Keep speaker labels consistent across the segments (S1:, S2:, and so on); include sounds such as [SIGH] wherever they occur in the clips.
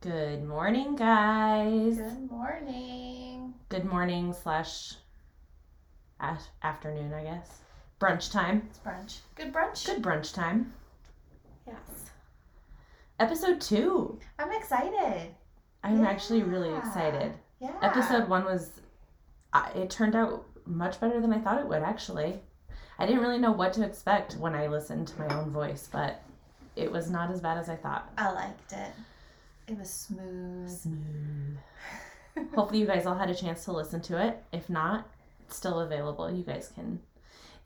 S1: Good morning, guys.
S2: Good morning.
S1: Good morning slash af- afternoon, I guess. Brunch time.
S2: It's brunch. Good brunch.
S1: Good brunch time.
S2: Yes.
S1: Episode two.
S2: I'm excited.
S1: I'm actually really
S2: Yeah.
S1: excited.
S2: Yeah.
S1: Episode one was, I it turned out much better than I thought it would, actually. I didn't really know what to expect when I listened to my own voice, but it was not as bad as I thought.
S2: I liked it. It was smooth.
S1: Smooth. Hopefully, you guys all had a chance to listen to it. If not, it's still available. You guys can.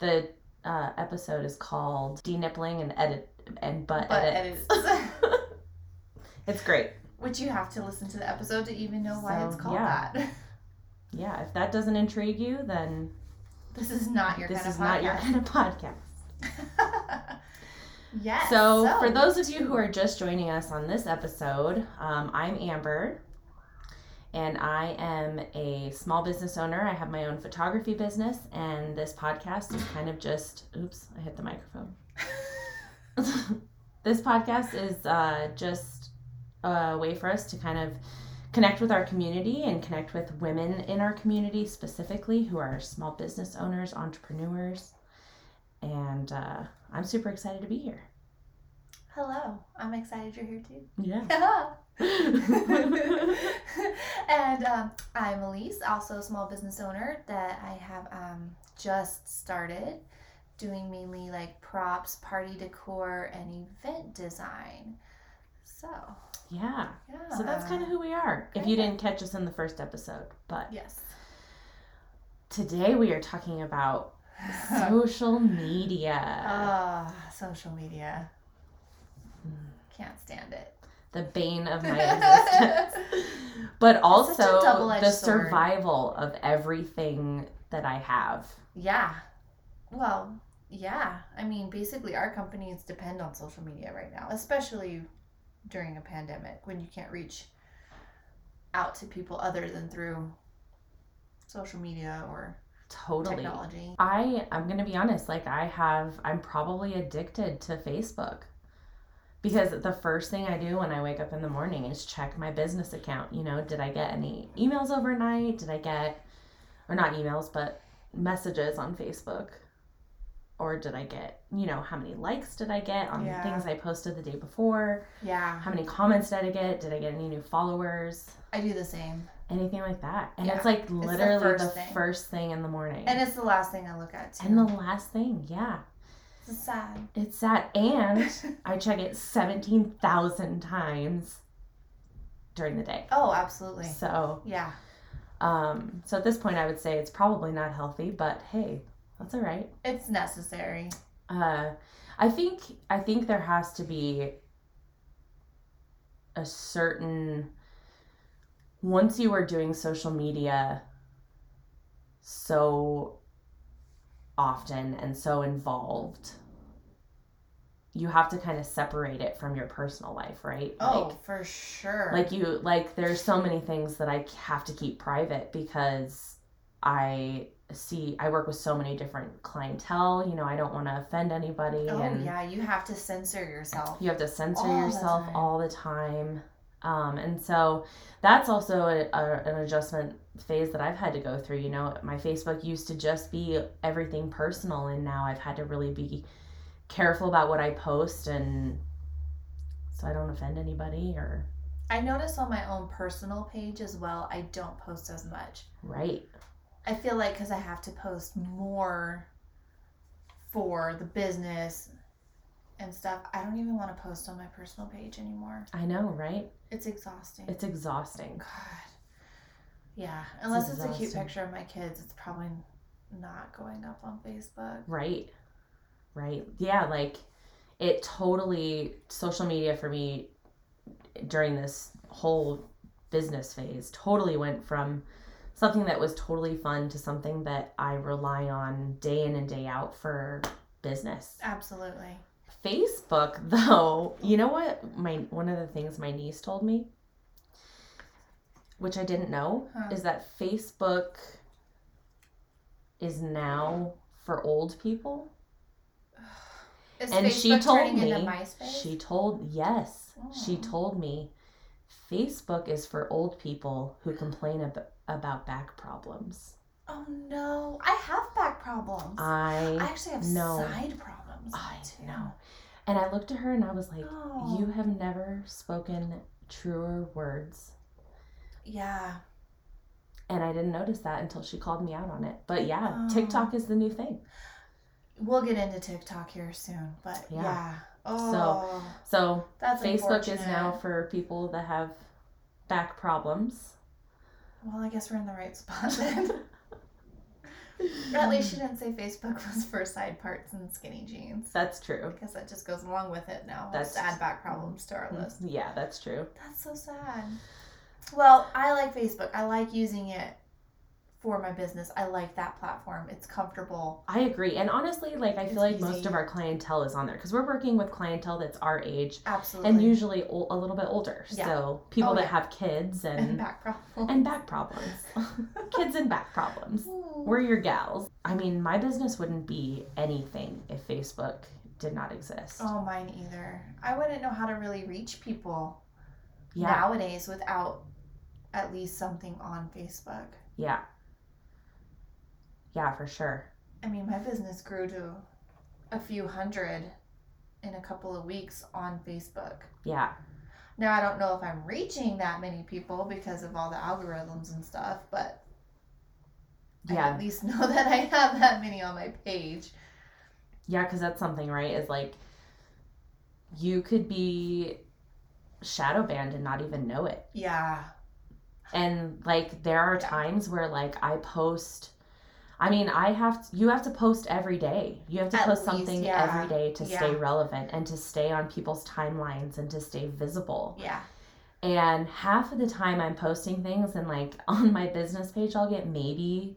S1: The uh, episode is called "Denippling and Edit and Butt,
S2: but
S1: Edit."
S2: [LAUGHS] edits.
S1: It's great.
S2: Which you have to listen to the episode to even know why
S1: So,
S2: it's called
S1: yeah.
S2: that. [LAUGHS]
S1: Yeah, if that doesn't intrigue you, then
S2: This is not your
S1: this
S2: kind
S1: is
S2: of
S1: not your
S2: podcast. [LAUGHS]
S1: kind of podcast.
S2: yes.
S1: so, for those of you who are just joining us on this episode, um, I'm Amber, and I am a small business owner. I have my own photography business, and this podcast is kind of just oops, I hit the microphone. [LAUGHS] this podcast is uh, just a way for us to kind of connect with our community and connect with women in our community specifically who are small business owners, entrepreneurs. And uh, I'm super excited to be here.
S2: Hello. I'm excited you're here too. [LAUGHS]
S1: Yeah.
S2: [LAUGHS] and um, I'm Elise, also a small business owner that I have um, just started doing mainly like props, party decor, and event design. So,
S1: yeah.
S2: yeah.
S1: So that's kind of who we are. If you didn't catch us in the first episode, but [LAUGHS]
S2: Yes.
S1: today we are talking
S2: [LAUGHS]
S1: about
S2: Uh.
S1: social media,
S2: Ah, social media. Can't stand it.
S1: Hmm. the bane
S2: [LAUGHS]
S1: of my existence. but also
S2: double-edged
S1: the
S2: sword.
S1: survival of everything that I have.
S2: yeah. Well, yeah. I mean, basically, our companies depend on social media right now, especially during a pandemic when you can't reach out to people other than through social media or
S1: Totally.
S2: technology.
S1: I I'm going to be honest, like I have I'm probably addicted to Facebook. Because the first thing I do when I wake up in the morning is check my business account, you know, did I get any emails overnight? Did I get or not emails, but messages on Facebook? Or did I get, you know, how many likes did I get on
S2: Yeah.
S1: things I posted the day before?
S2: Yeah,
S1: How many comments did I get? Did I get any new followers?
S2: I do the same.
S1: anything like that. And
S2: Yeah.
S1: it's like
S2: the
S1: literally the,
S2: first
S1: first,
S2: thing.
S1: thing. in the morning.
S2: And it's the last thing I look at too.
S1: and the last thing, yeah.
S2: it's sad.
S1: It's that. And I check it 17,000 times during the day.
S2: oh, absolutely.
S1: So,
S2: Yeah.
S1: um, so at this point, I would say it's probably not healthy, but hey, that's all right.
S2: It's necessary.
S1: Uh, I think I think there has to be a certain once you are doing social media so often and so involved you have to kind of separate it from your personal life right
S2: Oh, for sure.
S1: like like you like there's so many things that I have to keep private because I see I work with so many different clientele you know I don't want to offend anybody
S2: oh,
S1: and
S2: yeah, you have to censor yourself.
S1: you have to censor
S2: All the
S1: yourself
S2: time.
S1: all the time um, and so that's also a, a, an adjustment phase that i've had to go through you know my facebook used to just be everything personal and now i've had to really be careful about what i post and so i don't offend anybody or
S2: I notice on my own personal page as well, I don't post as much.
S1: right
S2: I feel like because I have to post more for the business and stuff, I don't even want to post on my personal page anymore.
S1: i know right
S2: It's exhausting.
S1: it's exhausting
S2: God. Yeah. Unless it's, a cute
S1: exhausting.
S2: picture of my kids, it's probably not going up on Facebook.
S1: Right. Right. Yeah, like it totally social media for me during this whole business phase totally went from something that was totally fun to something that I rely on day in and day out for business.
S2: Absolutely.
S1: Facebook [LAUGHS] though, you know what my one of the things my niece told me which I didn't know
S2: Huh.
S1: is that Facebook is now for old people.
S2: Is
S1: And she
S2: Facebook
S1: told
S2: turning into
S1: me-
S2: MySpace?
S1: She told yes. She
S2: Oh.
S1: told me Facebook is for old people who complain ab- about back problems.
S2: Oh no, I have back problems.
S1: I
S2: I actually have
S1: no.
S2: side problems.
S1: I
S2: too.
S1: know. And I looked at her and I was like,
S2: Oh.
S1: You have never spoken truer words.
S2: Yeah.
S1: And I didn't notice that until she called me out on it. But yeah,
S2: Oh.
S1: TikTok is the new thing.
S2: We'll get into TikTok here soon, but yeah.
S1: Yeah.
S2: Oh,
S1: So
S2: that's
S1: Facebook is
S2: unfortunate.
S1: now for people that have back problems.
S2: Well, I guess we're in the right spot [LAUGHS] then. At least she didn't say Facebook [LAUGHS] was for side parts and skinny jeans.
S1: That's true.
S2: Because that just goes along with it now. We'll
S1: That's- mm-hmm.
S2: just add back problems to our list.
S1: Mm, Yeah, that's true.
S2: That's so sad. Well, I like Facebook. I like using it for my business. I like that platform. It's comfortable.
S1: I agree. And honestly, like I
S2: It's
S1: feel like most
S2: easy.
S1: of our clientele is on there because we're working with clientele that's our age
S2: Absolutely.
S1: and usually ol- a little bit older.
S2: Yeah.
S1: So people
S2: Oh,
S1: that
S2: yeah.
S1: have kids and
S2: [LAUGHS] and back problems.
S1: and back problems.
S2: [LAUGHS]
S1: kids and back problems. We're your gals. I mean, my business wouldn't be anything if Facebook did not exist.
S2: Oh, mine either. I wouldn't know how to really reach people
S1: yeah.
S2: nowadays without at least something on Facebook.
S1: Yeah. Yeah, for sure.
S2: I mean, my business grew to a few hundred in a couple of weeks on Facebook.
S1: Yeah.
S2: Now, I don't know if I'm reaching that many people because of all the algorithms and stuff, but I
S1: Yeah.
S2: at least [LAUGHS] know that I have that many on my page.
S1: Yeah, cuz that's something, right? Is like you could be shadow banned and not even know it.
S2: Yeah.
S1: And like there are
S2: Yeah.
S1: times where like I post I mean, I have you have to post every day. You have to
S2: At
S1: post
S2: least,
S1: something
S2: yeah.
S1: every day to stay
S2: Yeah.
S1: relevant and to stay on people's timelines and to stay visible.
S2: Yeah.
S1: And half of the time I'm posting things and like [LAUGHS] on my business page I'll get maybe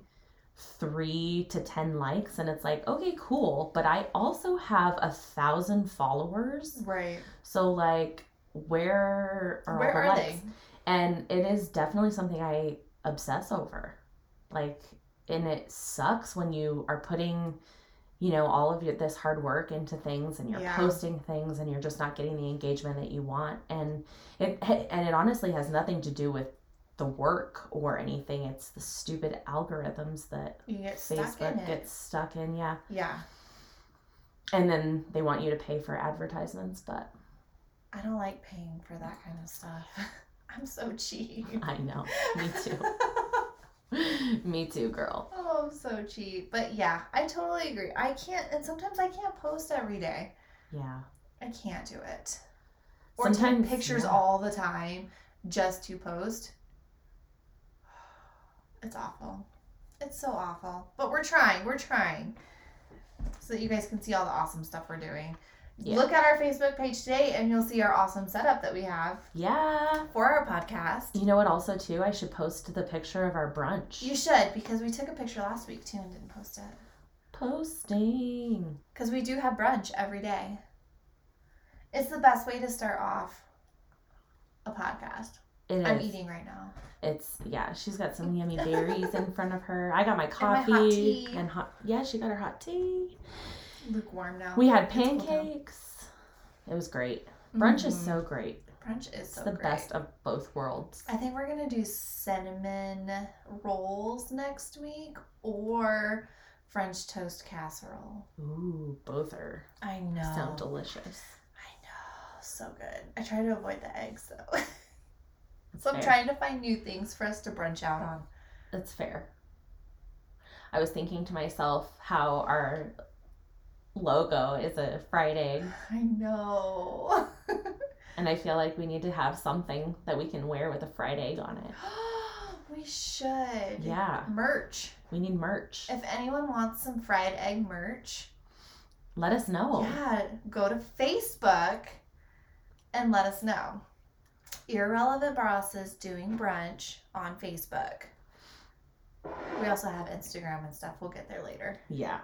S1: 3 to 10 likes and it's like, "Okay, cool, but I also have a 1000 followers."
S2: Right.
S1: So like where are all
S2: Where
S1: the
S2: are
S1: likes?
S2: they?
S1: and it is definitely something i obsess over like and it sucks when you are putting you know all of your this hard work into things and you're
S2: Yeah.
S1: posting things and you're just not getting the engagement that you want and it and it honestly has nothing to do with the work or anything it's the stupid algorithms that
S2: You get stuck in
S1: facebook
S2: it.
S1: gets stuck in yeah
S2: Yeah.
S1: and then they want you to pay for advertisements but
S2: I don't like paying for that kind of stuff. [LAUGHS] I'm so cheap.
S1: i know [LAUGHS] me too me too girl
S2: [LAUGHS] Oh, I'm so cheap. But yeah, I totally agree. I can't, and sometimes I can't post every day.
S1: yeah
S2: I can't do it. Or
S1: Sometimes,
S2: take pictures
S1: yeah.
S2: all the time just to post. [SIGHS] It's awful. It's so awful. But we're trying. We're trying. So that you guys can see all the awesome stuff we're doing.
S1: Yeah.
S2: Look at our Facebook page today and you'll see our awesome setup that we have
S1: yeah
S2: for our podcast.
S1: You know what? Also, too, I should post the picture of our brunch.
S2: You should because we took a picture last week too and didn't post it.
S1: posting.
S2: Because we do have brunch every day. It's the best way to start off a podcast.
S1: It is.
S2: I'm eating right now.
S1: It's yeah. She's got some
S2: [LAUGHS]
S1: yummy berries in front of her. I got my
S2: my hot
S1: coffee
S2: tea.
S1: and hot- Yeah, she got her hot tea.
S2: Lukewarm now.
S1: We had
S2: It's cool down.
S1: pancakes. It was great. Brunch is
S2: Mhm.
S1: so great.
S2: brunch is
S1: It's
S2: so
S1: the
S2: great.
S1: best of both worlds.
S2: I think we're gonna do cinnamon rolls next week or French toast casserole.
S1: Ooh, both are
S2: I know.
S1: sound delicious.
S2: I know. So good. I try to avoid the eggs though. so I'm
S1: fair.
S2: trying to find new things for us to brunch out on.
S1: That's fair. I was thinking to myself how our logo is a fried egg
S2: I know. [LAUGHS]
S1: And I feel like we need to have something that we can wear with a fried egg on it.
S2: we should.
S1: Yeah,
S2: Merch.
S1: we need merch.
S2: If anyone wants some fried egg merch,
S1: Let us know.
S2: yeah, go to Facebook and let us know. Irrelevant Bosses doing brunch on Facebook. We also have Instagram and stuff. We'll get there later.
S1: Yeah.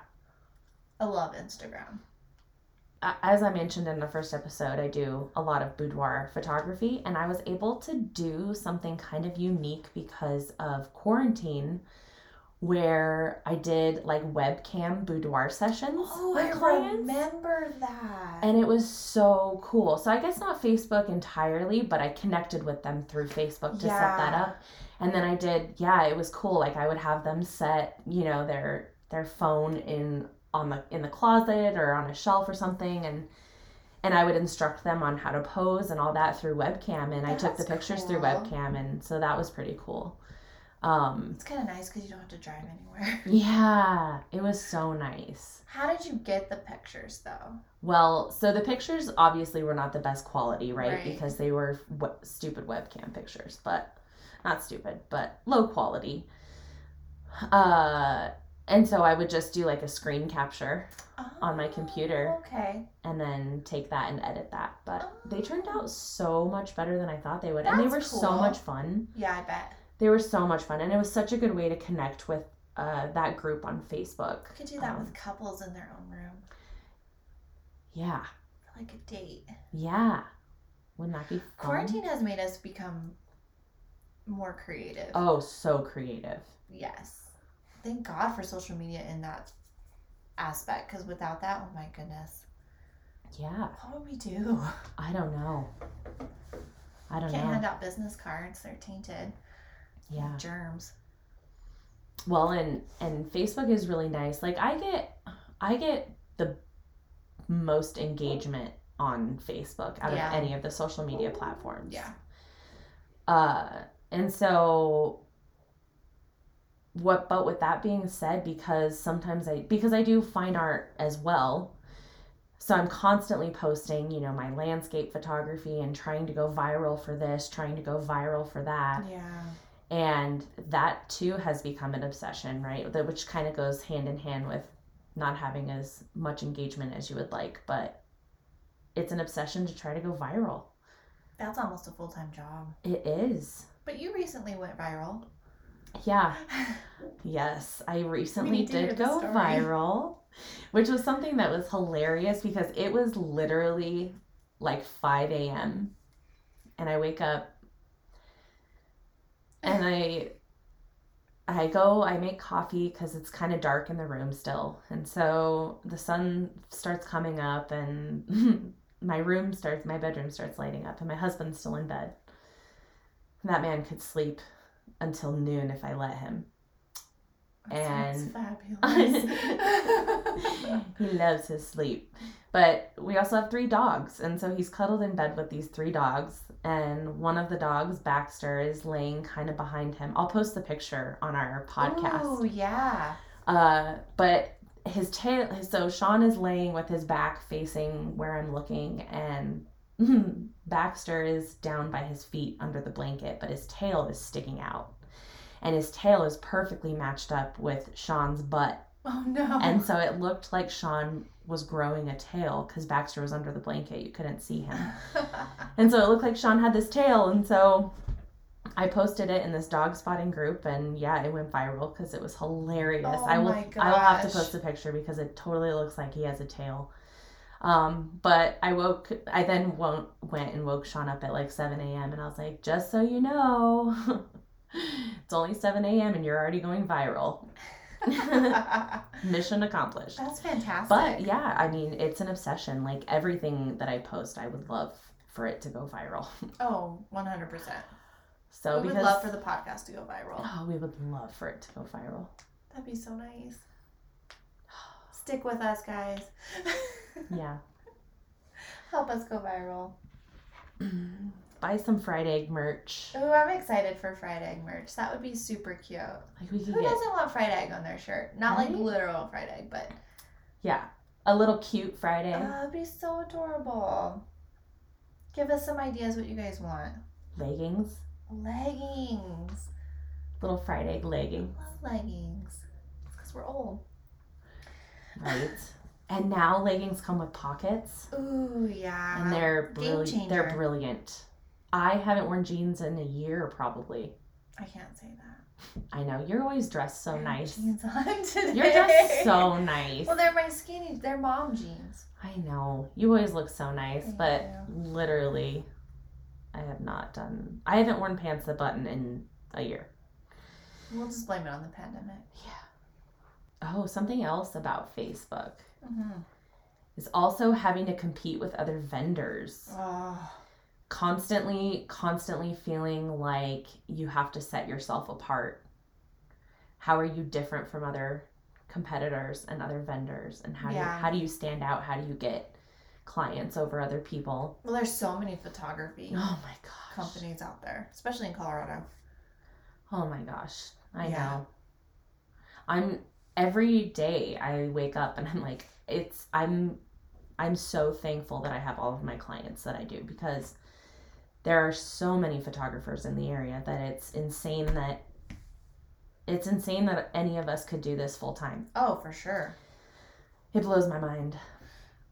S2: I love Instagram.
S1: A- As I mentioned in the first episode, I do a lot of boudoir photography, and I was able to do something kind of unique because of quarantine, where I did like webcam boudoir sessions
S2: Oh,
S1: with
S2: I
S1: clients.
S2: remember that.
S1: And it was so cool. So I guess not Facebook entirely, but I connected with them through Facebook to set that
S2: Yeah.
S1: up. And then I did, yeah, it was cool. Like I would have them set, you know, their their phone in on the in the closet or on a shelf or something and and I would instruct them on how to pose and all that through webcam and I took the
S2: Oh, That's
S1: pictures through
S2: cool.
S1: webcam and so that was pretty cool. Um
S2: it's kind of nice because you don't have to drive anywhere. [LAUGHS]
S1: yeah, it was so nice.
S2: How did you get the pictures though?
S1: Well, so the pictures obviously were not the best quality, right?
S2: Right.
S1: Because they were we- stupid webcam pictures, but not stupid, but low quality. Uh, and so I would just do like a screen capture On my
S2: Oh,
S1: computer.
S2: Okay.
S1: and then take that and edit that. But they turned out so much better than I thought they would. and they were
S2: That's
S1: so
S2: cool.
S1: much fun.
S2: Yeah, I bet.
S1: They were so much fun. And it was such a good way to connect with uh, that group on Facebook.
S2: I could do that
S1: Um,
S2: with couples in their own room
S1: Yeah.
S2: for like a date.
S1: um, Yeah. Wouldn't that be fun?
S2: Quarantine has made us become more creative.
S1: Oh, so creative.
S2: Yes. Thank God for social media in that aspect because without that, oh my goodness,
S1: Yeah.
S2: what would we do?
S1: I don't know. I don't
S2: [LAUGHS] Can't
S1: know.
S2: hand out business cards, they're tainted. with
S1: yeah.
S2: Germs.
S1: Well, and and Facebook is really nice. Like I get I get the most engagement on Facebook out
S2: Yeah.
S1: of any of the social media platforms.
S2: Yeah.
S1: Uh and so what but with that being said because sometimes I because I do fine art as well. So I'm constantly posting, you know, my landscape photography and trying to go viral for this, trying to go viral for that.
S2: Yeah.
S1: and that too has become an obsession right That- which kind of goes hand in hand with not having as much engagement as you would like but it's an obsession to try to go viral
S2: That's almost a full time job.
S1: it is
S2: But you recently went viral.
S1: yeah yes i recently
S2: need to hear
S1: did
S2: the
S1: go
S2: story.
S1: viral which was something that was hilarious because it was literally like 5 a.m and i wake up and I I go I make coffee cuz it's kind of dark in the room still. And so the sun starts coming up and [LAUGHS] my room starts my bedroom starts lighting up and my husband's still in bed. And that man could sleep until noon if I let him.
S2: [LAUGHS] That sounds
S1: And-
S2: [LAUGHS] fabulous.
S1: [LAUGHS] he loves his sleep. But we also have three dogs, and so he's cuddled in bed with these three dogs. And one of the dogs, Baxter, is laying kind of behind him. I'll post the picture on our [LAUGHS] podcast.
S2: Ooh, yeah.
S1: Uh, but his tail. So Sean is laying with his back facing where I'm looking, and [LAUGHS] Baxter is down by his feet under the blanket, but his tail is sticking out, and his tail is perfectly matched up with Sean's butt
S2: Oh no. [LAUGHS]
S1: and so it looked like Sean was growing a tail because Baxter was under the blanket. You couldn't see him.
S2: [SIGHS]
S1: And so it looked like Sean had this tail. And so I posted it in this dog spotting group. And yeah, it went viral because it was hilarious.
S2: Oh
S1: I will
S2: my
S1: I will have to
S2: gosh.
S1: post a picture because it totally looks like he has a tail. Um, but I woke I then won't went and woke Sean up at like seven AM and I was like, just so you know, [LAUGHS] it's only seven AM and you're already going
S2: [LAUGHS]
S1: viral. [LAUGHS] Mission accomplished.
S2: That's fantastic.
S1: But yeah, I mean, it's an obsession. Like everything that I post, I would love for it to go viral.
S2: Oh, 100%.
S1: So
S2: we
S1: because
S2: would love for the podcast to go viral.
S1: oh, we would love for it to go viral.
S2: That'd be so nice. Stick with us, guys. [LAUGHS]
S1: Yeah.
S2: Help us go viral.
S1: Buy some fried egg merch.
S2: Ooh, I'm excited for fried egg merch. That would be super cute.
S1: Like we could
S2: Who
S1: get
S2: doesn't want fried egg on their shirt? Not like
S1: Right?
S2: literal fried egg, but
S1: yeah, a little cute fried egg.
S2: oh, it'd be so adorable. Give us some ideas what you guys want.
S1: leggings,
S2: Leggings.
S1: little fried egg
S2: I
S1: legging,
S2: love leggings. Because we're old.
S1: right? and now leggings come with pockets,
S2: Ooh, yeah.
S1: and they're
S2: Uh, game
S1: brilliant. They're
S2: changer.
S1: brilliant. I haven't worn jeans in a year, probably.
S2: I can't say that.
S1: I know you're always dressed
S2: I
S1: so
S2: have
S1: nice.
S2: Jeans on [LAUGHS] today.
S1: You're just
S2: [LAUGHS]
S1: so nice.
S2: Well, they're my skinny. They're mom jeans.
S1: I know. You always look so nice,
S2: Thank
S1: but literally, I have not done. I haven't worn pants that button in a year.
S2: We'll just blame it on the pandemic.
S1: Yeah. Oh, something else about Facebook
S2: Mm-hmm.
S1: is also having to compete with other vendors.
S2: Oh,
S1: Constantly, constantly feeling like you have to set yourself apart. How are you different from other competitors and other vendors? And how do
S2: Yeah.
S1: you, how do you stand out? How do you get clients over other people?
S2: well, there's so many photography
S1: [GASPS] Oh my gosh.
S2: companies out there, especially in Colorado.
S1: Oh my gosh. I
S2: Yeah.
S1: know. I'm every day I wake up and I'm like it's I'm I'm so thankful that I have all of my clients that I do because there are so many photographers in the area that it's insane that it's insane that any of us could do this full time.
S2: Oh, for sure.
S1: It blows my mind.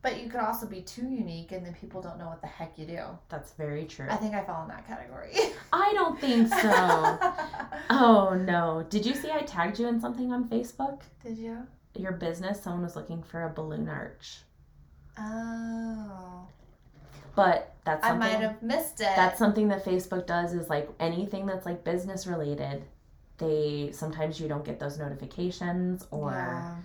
S2: But you could also be too unique, and then people don't know what the heck you do.
S1: That's very true.
S2: I think I fall in that category.
S1: I don't think
S2: [LAUGHS]
S1: so. oh no. Did you see I tagged you in something on Facebook?
S2: Did you?
S1: Your business, someone was looking for a balloon arch.
S2: Oh.
S1: But that's
S2: I
S1: something,
S2: might have missed it.
S1: that's something that Facebook does is like anything that's like business related. They sometimes you don't get those notifications or
S2: Yeah.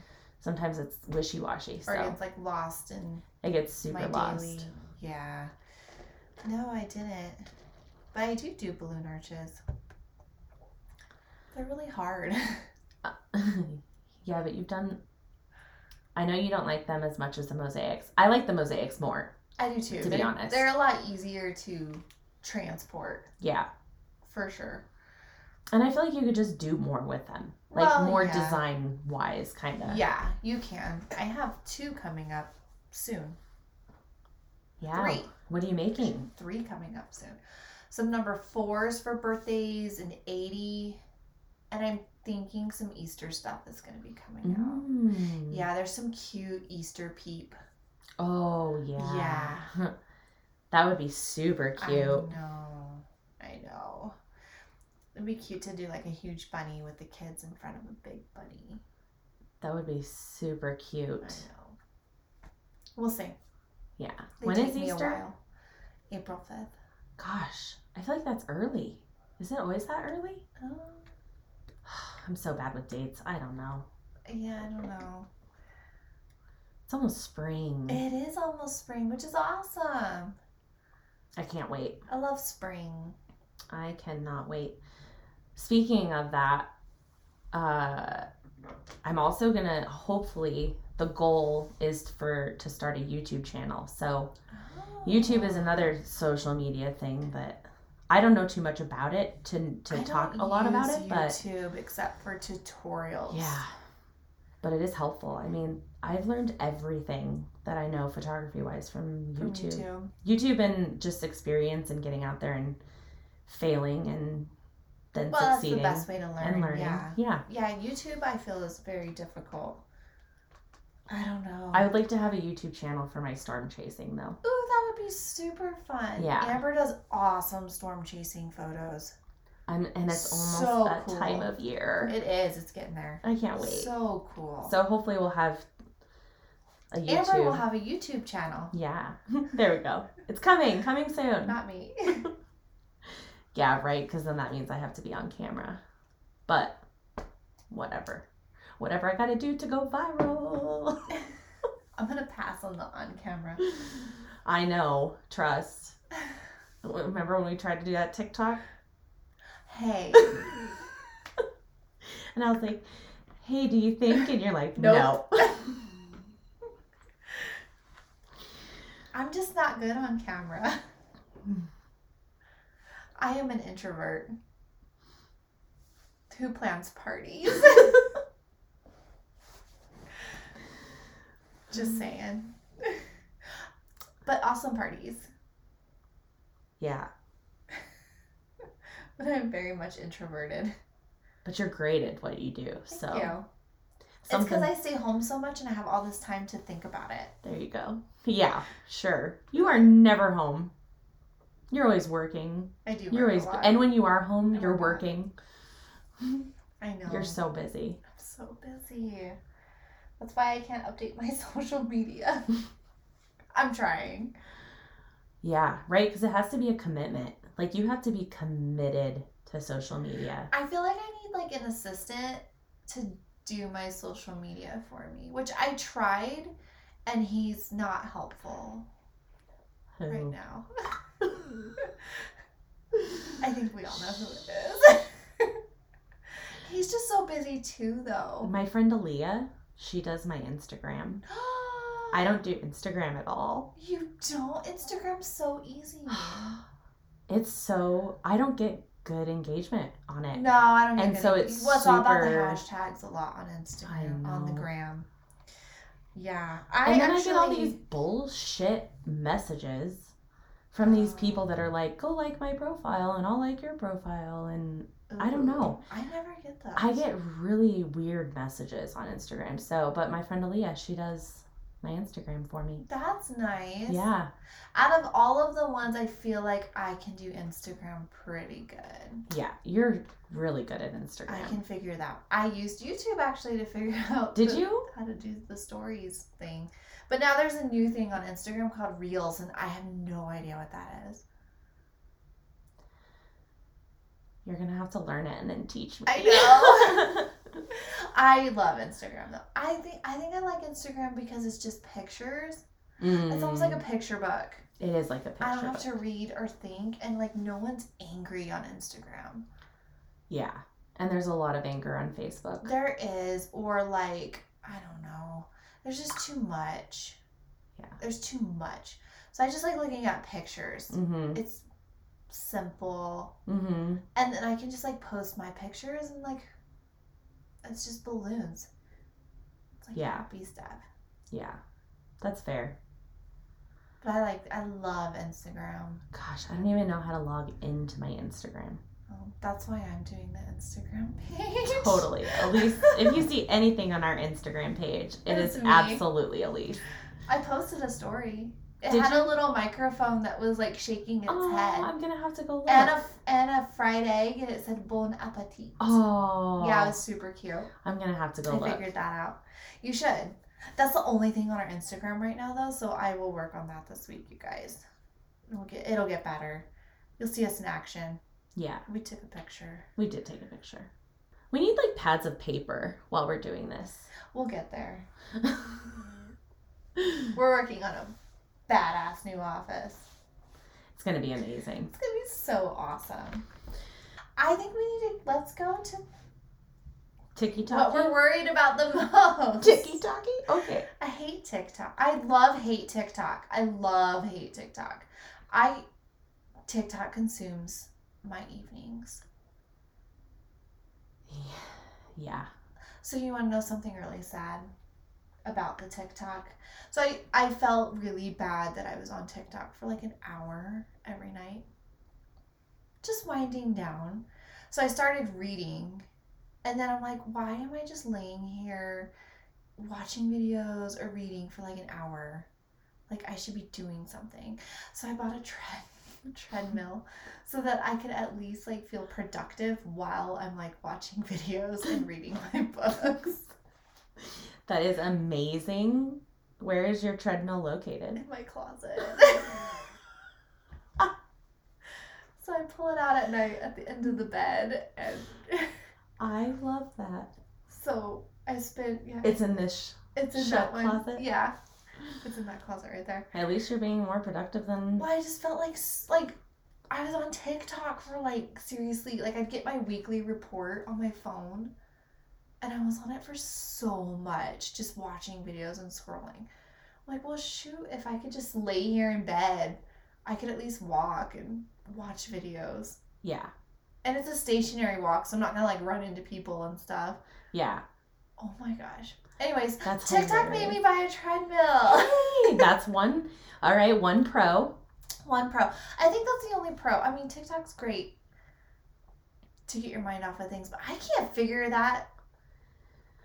S1: sometimes it's wishy washy. So
S2: or it's like lost in
S1: it gets super
S2: my
S1: lost.
S2: daily. Yeah. No, I didn't. But I do do balloon arches. They're really hard. [LAUGHS]
S1: [LAUGHS] yeah, but you've done. I know you don't like them as much as the mosaics. I like the mosaics more.
S2: I do too.
S1: To be
S2: they're,
S1: honest.
S2: they're a lot easier to transport
S1: Yeah,
S2: for sure.
S1: and I feel like you could just do more with them, like
S2: Well,
S1: more
S2: yeah.
S1: design wise, kind of.
S2: Yeah, you can. I have two coming up soon.
S1: Yeah.
S2: Three.
S1: What are you making?
S2: Three coming up soon. Some number fours for birthdays and 80. And I'm thinking some Easter stuff is going to be coming out.
S1: Mm.
S2: Yeah, there's some cute Easter peep.
S1: Oh yeah.
S2: Yeah.
S1: [LAUGHS] that would be super
S2: I
S1: cute.
S2: know. I know. It'd be cute to do like a huge bunny with the kids in front of a big bunny.
S1: That would be super
S2: I
S1: cute.
S2: know. We'll see.
S1: Yeah.
S2: They
S1: when
S2: take
S1: is
S2: me a
S1: Easter?
S2: while. April 5th.
S1: Gosh, I feel like that's early. Is it always that early? [SIGHS]
S2: Oh,
S1: I'm so bad with dates. I don't know.
S2: yeah, I don't know.
S1: It's almost spring.
S2: It is almost spring, which is awesome.
S1: I can't wait.
S2: I love spring.
S1: I cannot wait. Speaking of that, uh, I'm also gonna hopefully the goal is for to start a YouTube channel. So
S2: Oh.
S1: YouTube is another social media thing that I don't know too much about it to to
S2: I
S1: talk
S2: don't
S1: a lot about
S2: use
S1: it, but
S2: YouTube except for tutorials.
S1: yeah. But it is helpful. I mean, I've learned everything that I know photography wise from
S2: From
S1: YouTube. YouTube.
S2: YouTube.
S1: and just experience and getting out there and failing and then
S2: Well, that's the
S1: succeeding
S2: best way to learn.
S1: and learning.
S2: Yeah.
S1: Yeah.
S2: Yeah, YouTube I feel is very difficult. I don't know.
S1: I would like to have a YouTube channel for my storm chasing though.
S2: Ooh, that would be super fun.
S1: Yeah.
S2: Amber does awesome storm chasing photos.
S1: And and it's almost
S2: So
S1: that
S2: cool.
S1: time of year.
S2: It is. It's getting there.
S1: I can't wait.
S2: So cool.
S1: So hopefully we'll have a YouTube.
S2: Amber will have a YouTube channel.
S1: yeah, [LAUGHS] there we go. It's coming, coming soon.
S2: Not me. [LAUGHS]
S1: Yeah, right. Because then that means I have to be on camera. But whatever, whatever I gotta do to go viral. [LAUGHS]
S2: I'm gonna pass on the on camera.
S1: I know. Trust.
S2: [SIGHS]
S1: Remember when we tried to do that TikTok, [LAUGHS]
S2: Hey.
S1: and I was like, "Hey, do you think?" And you're like,
S2: Nope. [LAUGHS]
S1: "No."
S2: I'm just not good on camera. [LAUGHS] I am an introvert who plans parties. [LAUGHS] just saying. [LAUGHS] But awesome parties.
S1: yeah,
S2: But I'm very much introverted.
S1: but you're great at what you do.
S2: Thank
S1: so
S2: you. It's
S1: something-
S2: because I stay home so much and I have all this time to think about it.
S1: There you go. Yeah, sure. You are never home. You're always working.
S2: I do.
S1: You're
S2: work
S1: always
S2: a lot.
S1: and when you are home,
S2: I
S1: you're
S2: work a lot.
S1: working.
S2: I know.
S1: You're so busy.
S2: I'm so busy. That's why I can't update my [LAUGHS] social media. I'm trying.
S1: Yeah, right? Cuz it has to be a commitment. Like you have to be committed to social media.
S2: I feel like I need like an assistant to do my social media for me, which I tried, and he's not helpful
S1: Who? [LAUGHS]
S2: right now. I think we all know who it is.
S1: [LAUGHS]
S2: he's just so busy too, though.
S1: My friend Aaliyah, she does my Instagram.
S2: [GASPS]
S1: I don't do Instagram at all.
S2: You don't. Instagram's so easy.
S1: [GASPS]
S2: [GASPS] Mm.
S1: [SIGHS] It's so I don't get good engagement on it.
S2: No, I don't.
S1: And
S2: get
S1: so
S2: it.
S1: it's
S2: well, it's all about the
S1: super-
S2: hashtags a lot on Instagram,
S1: I
S2: on the
S1: know.
S2: gram. Yeah, I
S1: and then
S2: actually,
S1: I get all these bullshit messages from these people that are like, "Go like my profile, and I'll like your profile," and I don't
S2: Ooh,
S1: know.
S2: I never get those.
S1: I get really weird messages on Instagram. So, but my friend Aaliyah, she does my Instagram for me.
S2: That's nice.
S1: Yeah,
S2: Out of all of the ones, I feel like I can do Instagram pretty good.
S1: yeah, you're really good at
S2: I
S1: Instagram.
S2: can figure it out. I used YouTube actually to figure [LAUGHS] out.
S1: Did
S2: the-
S1: you?
S2: How to do the stories thing. But now there's a new thing on Instagram called Reels, and I have no idea what that is.
S1: You're gonna have to learn it and then teach me. [LAUGHS]
S2: I I love Instagram though. I think I think I like Instagram because it's just pictures.
S1: know.
S2: It's almost like a picture book.
S1: Mm. It is like a picture.
S2: I don't have
S1: book.
S2: to read or think, and like no one's angry on Instagram.
S1: Yeah, and there's a lot of anger on Facebook.
S2: There is, or like I don't know. There's just too much.
S1: Yeah.
S2: There's too much. So I just like looking at pictures.
S1: Mm-hmm.
S2: It's simple,
S1: Mm-hmm.
S2: and then I can just like post my pictures and like it's just balloons. It's like
S1: Yeah.
S2: happy stuff.
S1: Yeah, that's fair.
S2: But I like I love Instagram.
S1: Gosh, I don't even know how to log into my Instagram.
S2: Um, that's why I'm doing the Instagram [LAUGHS] page.
S1: Totally.
S2: [LAUGHS]
S1: Elise, if you see anything on our Instagram page, it
S2: It's
S1: is
S2: me.
S1: absolutely Elise.
S2: I posted a story. It
S1: Did
S2: had a little microphone that was like shaking its
S1: Oh,
S2: head.
S1: I'm gonna have to go look.
S2: And a, and a fried egg, and it said bon appetit.
S1: oh,
S2: Yeah, it was super cute.
S1: I'm gonna have to go
S2: I
S1: look.
S2: figured that out. You should. That's the only thing on our Instagram right now, though. So I will work on that this week, you guys. It'll get it'll get better. You'll see us in action.
S1: Yeah,
S2: We took a picture.
S1: we did take a picture. We need like pads of paper while we're doing this. [LAUGHS]
S2: We'll get there. We're working on a badass new office.
S1: it's gonna be amazing.
S2: It's gonna be so awesome. I think we need to let's go to
S1: Ticky
S2: what we're
S1: tocky.
S2: worried about the most.
S1: Ticky tocky. Okay.
S2: I hate TikTok. I love hate TikTok. I love hate TikTok. I TikTok consumes my evenings.
S1: Yeah.
S2: So you want to know something really sad about the TikTok? So I I felt really bad that I was on TikTok for like an hour every night. Just winding down. So I started reading and then I'm like, why am I just laying here watching videos or reading for like an hour? Like I should be doing something. So I bought a tread treadmill so that I could at least like feel productive while I'm like watching [LAUGHS] videos and reading my [LAUGHS] books
S1: That is amazing. Where is your treadmill located?
S2: in my closet. [LAUGHS] so I pull it out at night at the end of the bed and [LAUGHS]
S1: I love that.
S2: so I spent yeah
S1: It's in this.
S2: it's in
S1: shut
S2: that one.
S1: closet?
S2: Yeah. It's in that closet right there.
S1: At least you're being more productive than.
S2: Well, I just felt like s- like I was on TikTok for like seriously, like I'd get my weekly report on my phone, and I was on it for so much, just watching videos and scrolling. I'm like, well, shoot, if I could just lay here in bed, I could at least walk and watch videos.
S1: Yeah.
S2: And it's a stationary walk, so I'm not gonna like run into people and stuff.
S1: Yeah.
S2: Oh my gosh. Anyways,
S1: That's
S2: TikTok made
S1: hilarious.
S2: [LAUGHS] me buy a treadmill. [LAUGHS]
S1: Hey, that's one. All right, one pro.
S2: One pro. I think that's the only pro. I mean, TikTok's great to get your mind off of things, but I can't figure that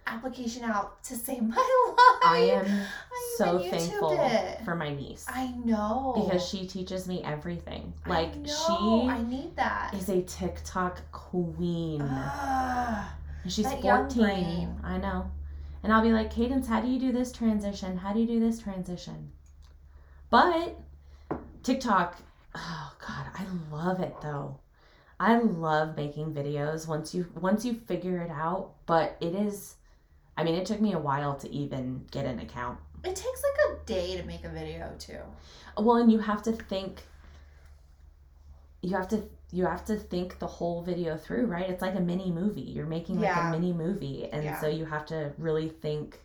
S2: application out to save [LAUGHS] my life.
S1: I am
S2: I
S1: so
S2: even YouTubed
S1: thankful
S2: it.
S1: for my niece
S2: I know
S1: because she teaches me everything.
S2: I
S1: Like
S2: know. I need that.
S1: she is a TikTok queen.
S2: Ah,
S1: She's
S2: that young
S1: 14.
S2: brain.
S1: I know. And I'll be like, Cadence, how do you do this transition? How do you do this transition? But TikTok, oh God, I love it though. I love making videos once you once you figure it out, but it is I mean, it took me a while to even get an account.
S2: It takes like a day to make a video too.
S1: Well, and you have to think you have to you have to think the whole video through, right? It's like a mini movie. You're making like
S2: Yeah.
S1: a mini movie, and
S2: Yeah.
S1: so you have to really think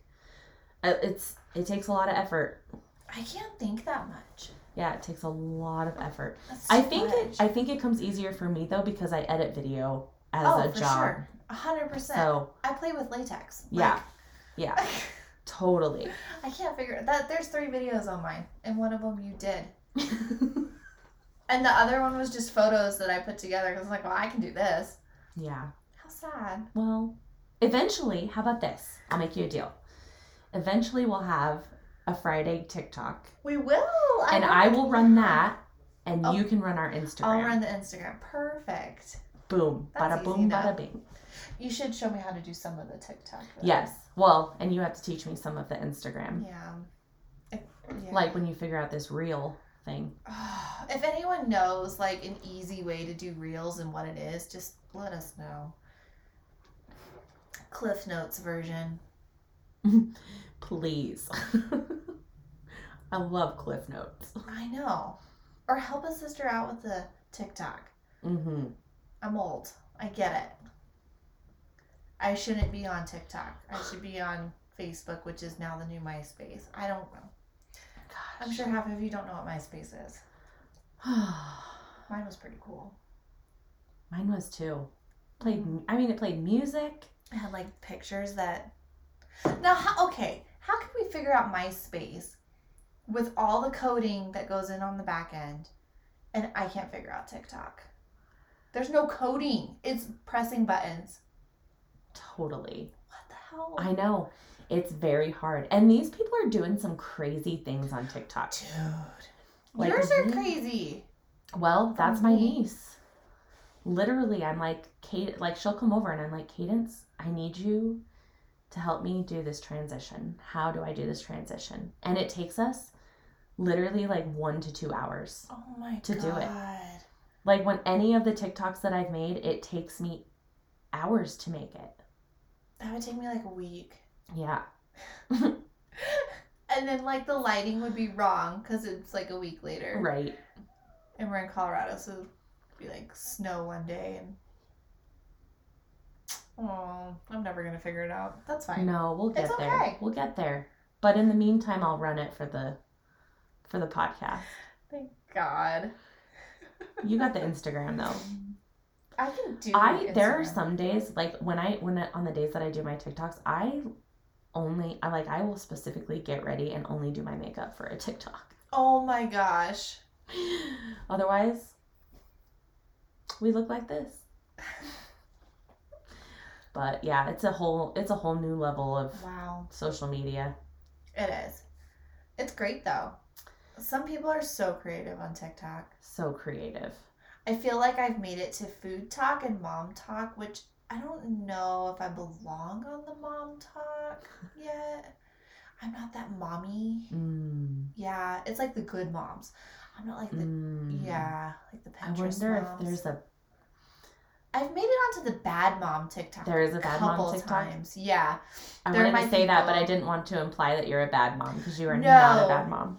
S1: uh, it's it takes a lot of effort.
S2: I can't think that much.
S1: Yeah, it takes a lot of effort.
S2: That's
S1: I
S2: too
S1: think it
S2: much.
S1: I think it comes easier for me though because I edit video as
S2: oh,
S1: a
S2: for
S1: job.
S2: sure, a hundred percent.
S1: So,
S2: I play with latex.
S1: yeah.
S2: Like,
S1: Yeah,
S2: [LAUGHS]
S1: totally. [LAUGHS]
S2: I can't figure that. There's three videos on mine, and one of them you did, and the other one was just photos that I put together because I was like, well, I can do this.
S1: yeah.
S2: How sad.
S1: Well, eventually, how about this? I'll make you a deal. Eventually, we'll have a Friday TikTok,
S2: We will.
S1: and
S2: love
S1: I
S2: it.
S1: will run that, and
S2: Uh-huh. Oh.
S1: you can run our Instagram.
S2: I'll run the Instagram. Perfect.
S1: boom,
S2: That's
S1: bada
S2: easy
S1: boom,
S2: enough.
S1: bada bing.
S2: You should show me how to do some of the TikTok. though.
S1: Yes. Well, and you have to teach me some of the Instagram,
S2: Yeah. If, yeah.
S1: like when you figure out this reel thing.
S2: [SIGHS] if anyone knows like an easy way to do reels and what it is, just let us know. Cliff Notes version.
S1: Please. [LAUGHS] I love Cliff Notes.
S2: I know. Or help a sister out with the TikTok.
S1: Mm-hmm.
S2: I'm old. I get it. I shouldn't be on TikTok. I should be on Facebook, which is now the new MySpace. I don't know. I'm sure half of you don't know what MySpace is.
S1: Gosh.
S2: Mine was pretty cool.
S1: [SIGHS] Mine was too. Played. I mean, it played music.
S2: I had like pictures that. Now, how, okay, how can we figure out MySpace with all the coding that goes in on the back end, and I can't figure out TikTok? There's no coding. It's pressing buttons.
S1: Totally.
S2: What the hell?
S1: I know. It's very hard. And these people are doing some crazy things on TikTok.
S2: dude.
S1: Like,
S2: Yours are
S1: me?
S2: crazy.
S1: Well, that's my
S2: me.
S1: niece. Literally, I'm like, Kate, like she'll come over and I'm like, Cadence, I need you to help me do this transition. How do I do this transition? And it takes us literally like one to two hours.
S2: Oh my
S1: To
S2: god.
S1: do it. Like when any of the TikToks that I've made, it takes me hours to make it.
S2: That would take me like a week.
S1: Yeah.
S2: And then like the lighting would be wrong because it's like a week later,
S1: Right.
S2: and we're in Colorado, so it'd be like snow one day and. Oh, I'm never gonna figure it out. That's fine.
S1: No, we'll get
S2: It's
S1: there.
S2: okay.
S1: We'll get there. But in the meantime, I'll run it for the for the podcast.
S2: Thank God.
S1: You got the Instagram though.
S2: I can do.
S1: I there are
S2: Instagram.
S1: some days like when I when I, on the days that I do my TikToks, I only I like I will specifically get ready and only do my makeup for a TikTok. [LAUGHS]
S2: Oh my gosh.
S1: Otherwise, we look like this. But yeah, it's a whole it's a whole new level of
S2: Wow.
S1: social media.
S2: It is. It's great though. Some people are so creative on TikTok.
S1: So creative.
S2: I feel like I've made it to food talk and mom talk, which I don't know if I belong on the mom talk yet. I'm not that mommy.
S1: Mm,
S2: Yeah, it's like the good moms. I'm not like the
S1: mm.
S2: yeah, like the
S1: I
S2: Pinterest
S1: wonder
S2: moms.
S1: if there's a
S2: I've made it onto the bad mom TikTok.
S1: There is a bad mom
S2: couple
S1: TikTok?
S2: times. Yeah,
S1: I
S2: There
S1: wanted
S2: might
S1: to
S2: be
S1: say that, but I
S2: people-
S1: didn't want to imply that you're a bad mom because you are not
S2: No.
S1: a bad mom.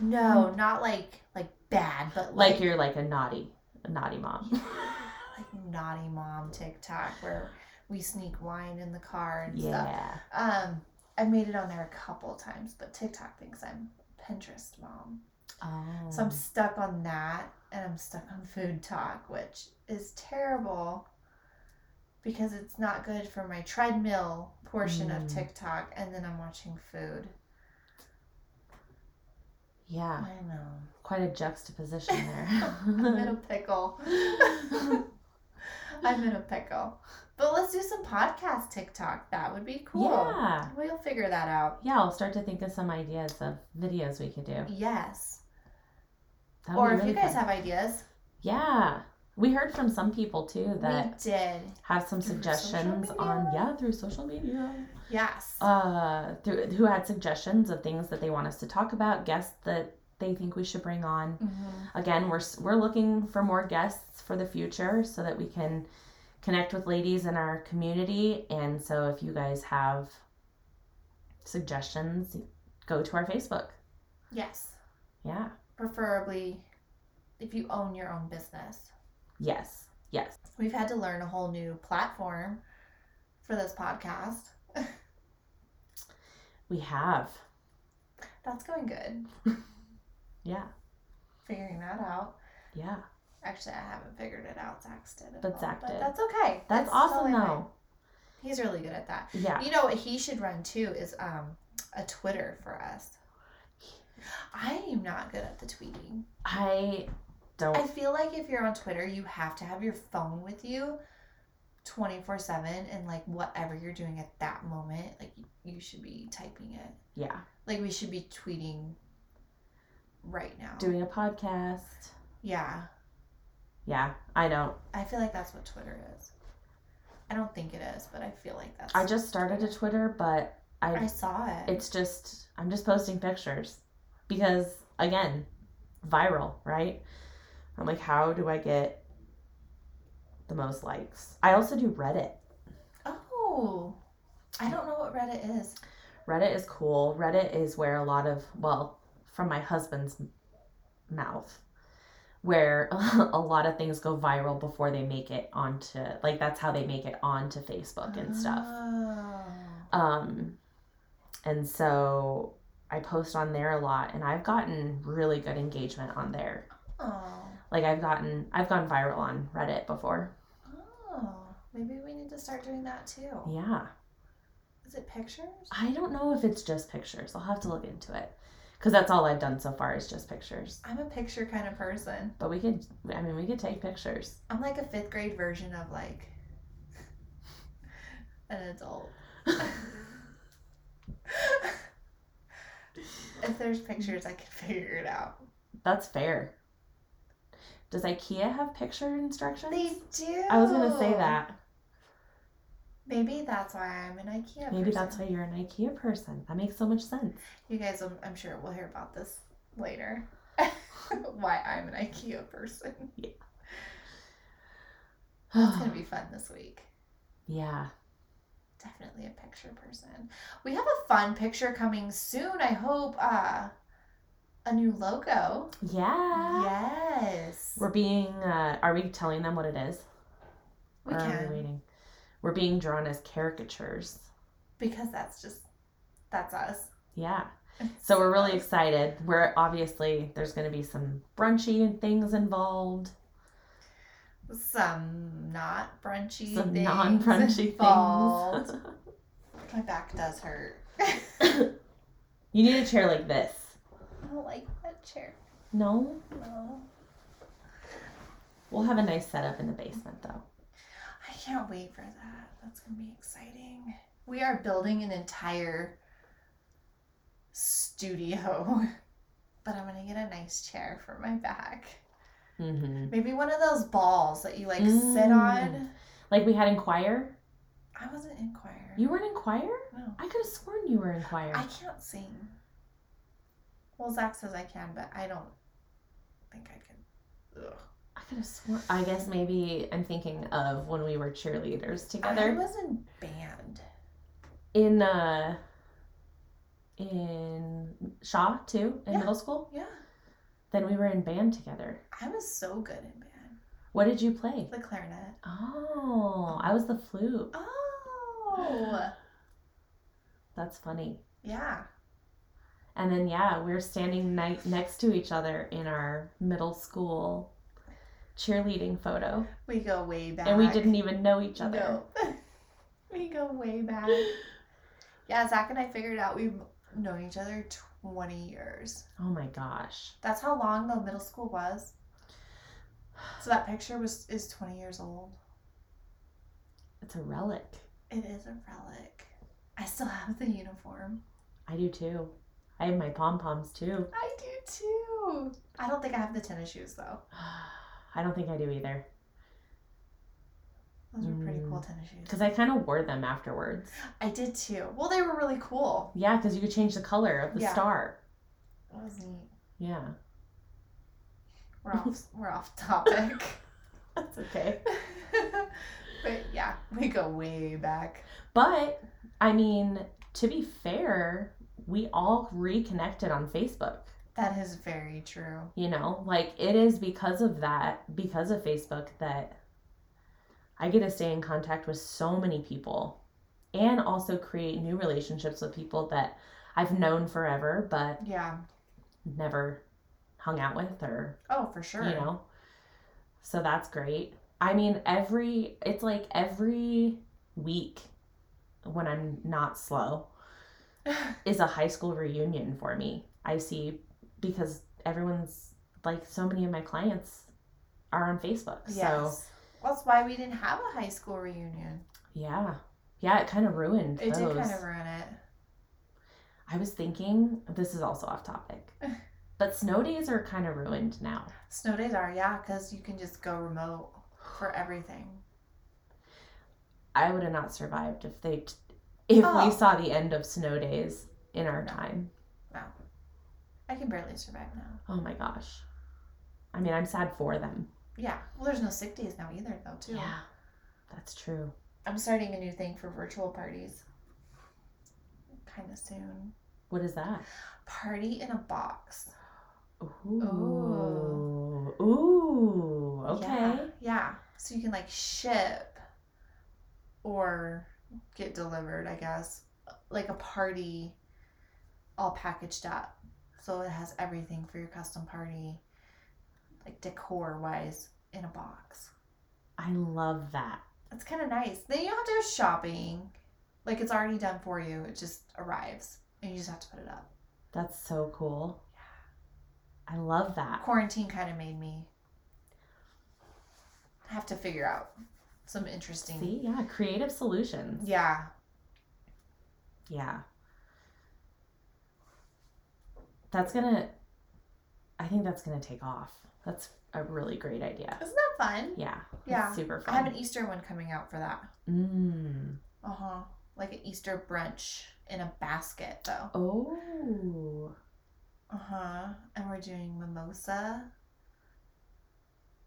S2: no, not like like bad, but
S1: Hmm. Like
S2: like
S1: you're like a naughty, a naughty mom.
S2: [SIGHS] like naughty mom TikTok where we sneak wine in the car [LAUGHS] and stuff.
S1: yeah.
S2: Um, I've made it on there a couple times, but TikTok thinks I'm Pinterest mom.
S1: Oh.
S2: So I'm stuck on that and I'm stuck on food talk, which is terrible because it's not good for my treadmill portion of
S1: Mm.
S2: TikTok and then I'm watching food.
S1: yeah,
S2: I
S1: [LAUGHS]
S2: know.
S1: quite a juxtaposition
S2: [LAUGHS] I'm in
S1: there.
S2: a pickle. I'm in a pickle. But let's do some podcast TikTok. That would be cool.
S1: Yeah.
S2: We'll figure that out.
S1: [LAUGHS] Yeah, I'll start to think of some ideas of videos we could do. That
S2: Yes.
S1: would
S2: or
S1: be
S2: if
S1: really
S2: you guys
S1: fun.
S2: have ideas,
S1: Yeah. We heard from some people too that
S2: we did.
S1: have some
S2: Through
S1: suggestions
S2: social
S1: on
S2: media.
S1: yeah, through social media.
S2: Yes.
S1: Um, uh through, who had suggestions of things that they want us to talk about guests that they think we should bring on.
S2: Mm-hmm.
S1: Again, we're s- we're looking for more guests for the future so that we can connect with ladies in our community. And so, if you guys have suggestions, go to our Facebook.
S2: Yes.
S1: Yeah.
S2: Preferably if you own your own business.
S1: Yes. Yes.
S2: We've had to learn a whole new platform for this podcast.
S1: We have.
S2: That's going good.
S1: Yeah.
S2: Figuring that out.
S1: Yeah.
S2: Actually, I haven't figured it out. Zach's did it.
S1: But
S2: all,
S1: Zach
S2: but
S1: did.
S2: That's okay.
S1: That's awesome
S2: totally
S1: though.
S2: fine. He's really good at that.
S1: Yeah.
S2: You know what he should run too is um a Twitter for us. I am not good at the tweeting.
S1: I don't
S2: I feel like if you're on Twitter, you have to have your phone with you 24 7 and like whatever you're doing at that moment, like you should be typing it.
S1: yeah.
S2: Like we should be tweeting right now.
S1: Doing a podcast.
S2: yeah.
S1: Yeah. I don't.
S2: I feel like that's what Twitter is. I don't think it is, but I feel like that's.
S1: I just started a Twitter, but
S2: I
S1: I
S2: saw it.
S1: it's just I'm just posting pictures because again, viral, right? I'm like how do I get the most likes? I also do Reddit.
S2: oh, I don't know what Reddit is.
S1: Reddit is cool. Reddit is where a lot of, well, from my husband's m- mouth, where [LAUGHS] a lot of things go viral before they make it onto, like, that's how they make it onto Facebook and
S2: Ah.
S1: stuff.
S2: Oh.
S1: Um, and so I post on there a lot, and I've gotten really good engagement on there.
S2: Oh.
S1: Like, I've gotten, I've gone viral on Reddit before.
S2: Oh. Maybe we need to start doing that too.
S1: Yeah.
S2: Is it pictures?
S1: I don't know if it's just pictures. I'll have to look into it because that's all I've done so far is just pictures.
S2: I'm a picture kind of person.
S1: But we could, I mean, we could take pictures.
S2: I'm like a fifth grade version of like an [LAUGHS] adult. if there's pictures, I can figure it out.
S1: That's fair. Does IKEA have picture instructions?
S2: They do.
S1: I was gonna say that.
S2: Maybe that's why I'm an IKEA.
S1: Maybe that's
S2: person.
S1: why you're an IKEA person. That makes so much sense.
S2: you guys. I'm, I'm sure we'll hear about this later. [LAUGHS] why I'm an IKEA person. It's gonna be fun this week.
S1: [SIGHS] yeah.
S2: definitely a picture person. We have a fun picture coming soon. I hope uh a new logo.
S1: Yeah.
S2: Yes.
S1: Ah. We're being. Uh, are we telling them what it is?
S2: We
S1: or Are
S2: can
S1: we waiting? We're being drawn as caricatures.
S2: because that's just that's us.
S1: Yeah. So we're really excited. We're obviously there's going to be some brunchy things involved.
S2: some not brunchy
S1: Some
S2: things
S1: non-brunchy [LAUGHS]
S2: involved.
S1: things.
S2: My back does hurt. I
S1: you need a chair like this.
S2: don't like that chair.
S1: No,
S2: No.
S1: we'll have a nice setup in the basement though.
S2: I can't wait for that. That's going to be exciting. We are building an entire studio, [LAUGHS] but I'm going to get a nice chair for my back.
S1: Mm-hmm.
S2: Maybe one of those balls that you like sit
S1: Mm.
S2: on.
S1: Like we had in choir.
S2: I wasn't in choir.
S1: You weren't in choir.
S2: No.
S1: I could have sworn you were in choir.
S2: I can't sing. Well, Zach says I can, but I don't think I can. Ugh.
S1: I could have sworn. I guess maybe I'm thinking of when we were cheerleaders
S2: I
S1: together
S2: was in band.
S1: in uh in Shaw too in
S2: Yeah.
S1: middle school.
S2: Yeah.
S1: Then we were in band together.
S2: I was so good in band.
S1: What did you play?
S2: The clarinet.
S1: Oh, I was the flute.
S2: Oh.
S1: That's funny.
S2: Yeah.
S1: And then yeah, we're standing ni- next to each other in our middle school cheerleading photo,
S2: We go way back.
S1: and we didn't even know each other.
S2: No. [LAUGHS] we go way back. Yeah, Zach and I figured out we've known each other 20 years.
S1: Oh my gosh,
S2: That's how long the middle school was. So that picture was is 20 years old.
S1: it's a relic.
S2: It is a relic. I still have the uniform.
S1: I do too. I have my pom poms too. [SIGHS]
S2: I do too. I don't think I have the tennis shoes though.
S1: I don't think I do either,
S2: Those were pretty
S1: Mm.
S2: cool tennis shoes.
S1: because I kind of wore them afterwards.
S2: I did too. Well, they were really cool.
S1: Yeah, because you could change the color of the
S2: Yeah.
S1: star.
S2: That was neat.
S1: Yeah.
S2: We're off. we're off topic.
S1: [LAUGHS] That's okay.
S2: [LAUGHS] but yeah, we go way back.
S1: But I mean, to be fair, we all reconnected on Facebook.
S2: That is very true.
S1: You know, like it is because of that, because of Facebook, that I get to stay in contact with so many people and also create new relationships with people that I've known forever but
S2: Yeah.
S1: never hung out with or
S2: Oh, for sure.
S1: you know so that's great i mean every it's like every week when i'm not
S2: [LAUGHS]
S1: slow is a high school reunion for me i see because everyone's like so many of my clients are on facebook so
S2: Yes. Well, that's why we didn't have a high school reunion.
S1: yeah yeah it kind of ruined
S2: It
S1: those
S2: did kind of ruin it.
S1: i was thinking this is also off
S2: [LAUGHS]
S1: topic but snow days are kind of ruined now
S2: Snow days are, yeah, because you can just go remote for everything.
S1: I would have not survived if they t- if
S2: Oh.
S1: we saw the end of snow days in our time.
S2: Wow. I can barely survive now.
S1: Oh my gosh. I mean, I'm sad for them.
S2: Yeah. Well, there's no sick days now either, though, too.
S1: That's true.
S2: I'm starting a new thing for virtual parties. Kind of soon.
S1: What is that?
S2: Party in a box.
S1: Ooh. Ooh. Okay.
S2: Oh. Yeah. yeah. So you can like ship or get delivered, I guess. Like a party all packaged up. So it has everything for your custom party, like decor wise, in a box.
S1: I love that.
S2: That's kind of nice. Then you don't have to go shopping. Like it's already done for you. It just arrives and you just have to put it up.
S1: That's so cool. I love that.
S2: Quarantine kind of made me have to figure out some interesting.
S1: See, yeah, creative solutions.
S2: Yeah,
S1: Yeah. That's gonna, I think that's gonna take off. That's a really great idea.
S2: Isn't that fun?
S1: Yeah. that's
S2: Yeah.
S1: Super
S2: I
S1: fun.
S2: have an e- Easter one coming out for that.
S1: Mm.
S2: Uh huh. Like an Easter brunch in a basket, though.
S1: Oh.
S2: Uh huh. And we're doing mimosa,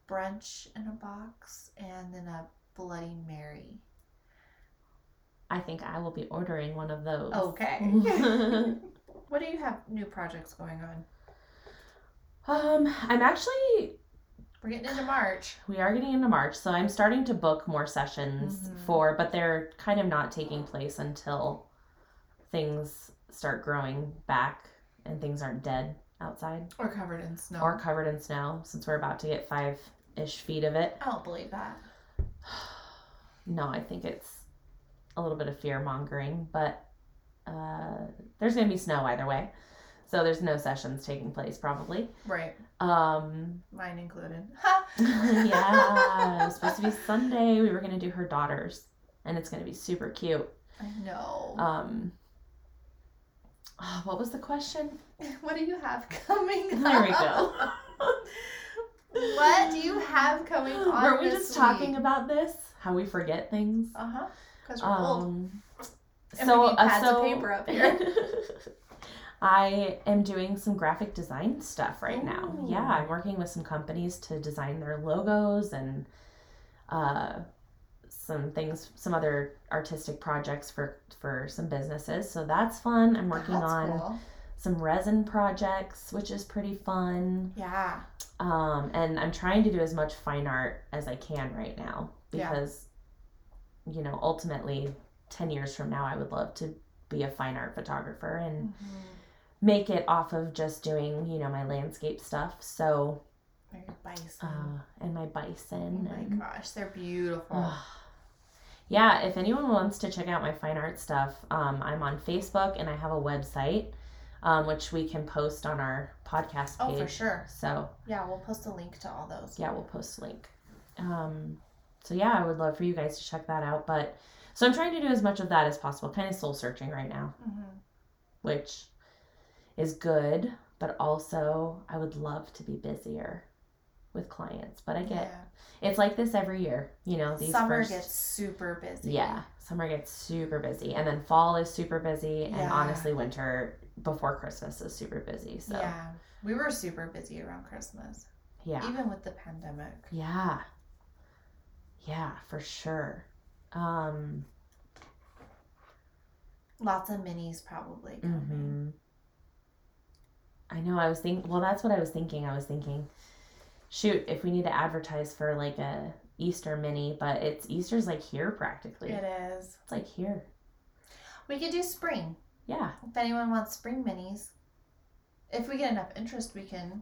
S2: brunch in a box, and then a Bloody Mary.
S1: I think I will be ordering one of those.
S2: Okay. [LAUGHS] what do you have new projects going
S1: [LAUGHS]
S2: on?
S1: um, I'm actually
S2: We're getting into March.
S1: we are getting into March, so I'm starting to book more sessions
S2: Mhm.
S1: for, but they're kind of not taking place until things start growing back and things aren't dead outside
S2: We're covered in snow.
S1: or covered in snow since we're about to get five ish feet of it. [SIGHS]
S2: I don't believe that.
S1: No, I think it's a little bit of fear mongering, but uh, there's going to be snow either way. So there's no sessions taking place probably.
S2: Right.
S1: Um, [LAUGHS]
S2: Mine included. [LAUGHS]
S1: yeah, it was supposed to be Sunday. We were going to do her daughters, and it's going to be super cute.
S2: I know.
S1: Um, [SIGHS] oh, what was the question?
S2: [LAUGHS] What do you have coming?
S1: There we
S2: up? [LAUGHS] what do you have coming on?
S1: [GASPS] Were we just talking about this? How we forget things?
S2: Uh huh. Because we're old.
S1: Um,
S2: And
S1: so,
S2: we need
S1: uh,
S2: pads of
S1: so
S2: paper up here.
S1: [LAUGHS] I am doing some graphic design stuff right now.
S2: Ooh.
S1: Yeah, I'm working with some companies to design their logos and uh, some things, some other artistic projects for for some businesses. So that's fun. I'm working
S2: That's
S1: on
S2: cool.
S1: some resin projects, which is pretty fun.
S2: Yeah.
S1: Um, and I'm trying to do as much fine art as I can right now
S2: Yeah.
S1: because, you know, ultimately, 10 years from now, I would love to be a fine art photographer and
S2: Mm-hmm.
S1: make it off of just doing, you know, my landscape stuff. So,
S2: They're bison.
S1: uh, and my
S2: oh
S1: bison.
S2: my
S1: and,
S2: gosh, they're beautiful.
S1: Ugh. yeah, if anyone wants to check out my fine art stuff, um, I'm on Facebook and I have a website, um, which we can post on our podcast page.
S2: oh, for sure.
S1: So,
S2: Yeah, we'll post a link to all those.
S1: yeah, we'll post a link. Um, so yeah, I would love for you guys to check that out. But so I'm trying to do as much of that as possible, kind of soul searching right now,
S2: Mhm.
S1: which is good, but also I would love to be busier with clients. But I get
S2: Yeah.
S1: it's like this every year, you know. These
S2: Summer
S1: first,
S2: gets super busy.
S1: yeah, summer gets super busy, and then fall is super busy, and
S2: Yeah.
S1: honestly, winter before Christmas is super busy. So yeah.
S2: Yeah. We were super busy around Christmas,
S1: Yeah,
S2: even with the pandemic.
S1: yeah. for sure. Um
S2: Lots of minis probably coming.
S1: mhm. I know I was thinking well that's what I was thinking. I was thinking shoot, if we need to advertise for like a Easter mini, but it's Easter's like here practically.
S2: It is.
S1: It's like here.
S2: We could do spring.
S1: Yeah.
S2: If anyone wants spring minis, if we get enough interest, we can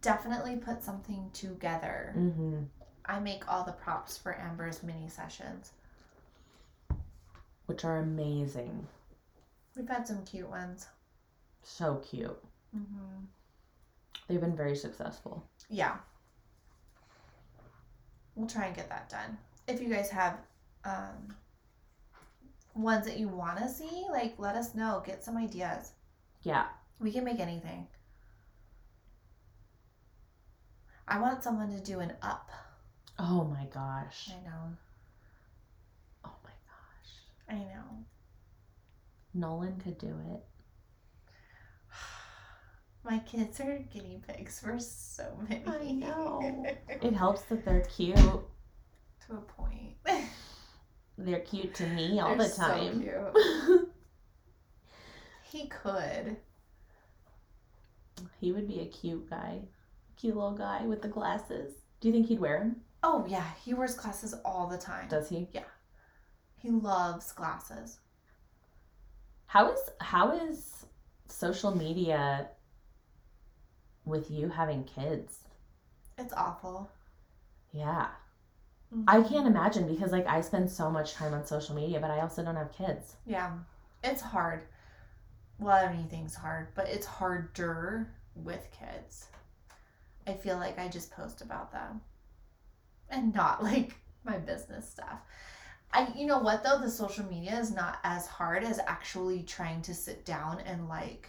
S2: definitely put something together.
S1: Mhm.
S2: I make all the props for Amber's mini sessions.
S1: Which are amazing.
S2: We've had some cute ones.
S1: So cute.
S2: hmm
S1: They've been very successful.
S2: Yeah. We'll try and get that done. If you guys have um, ones that you want to see, like let us know. Get some ideas.
S1: Yeah.
S2: We can make anything. I want someone to do an up.
S1: Oh my gosh.
S2: I know.
S1: Oh my gosh.
S2: I know.
S1: Nolan could do it.
S2: [SIGHS] My kids are guinea pigs for so many.
S1: I know. It helps that they're cute.
S2: [LAUGHS] to a point.
S1: They're cute to me [LAUGHS] all
S2: They're
S1: the
S2: so
S1: time.
S2: cute.
S1: [LAUGHS]
S2: He could.
S1: he would be a cute guy. Cute little guy with the glasses. Do you think he'd wear them?
S2: Oh yeah, he wears glasses all the time.
S1: Does he?
S2: He loves glasses.
S1: How is how is social media with you having kids?
S2: It's awful.
S1: Yeah. I can't imagine because like I spend so much time on social media, but I also don't have kids.
S2: Yeah, it's hard. Well, anything's hard, but it's harder with kids. I feel like I just post about them and not [LAUGHS] like my business stuff. I, you know what though, the social media is not as hard as actually trying to sit down and like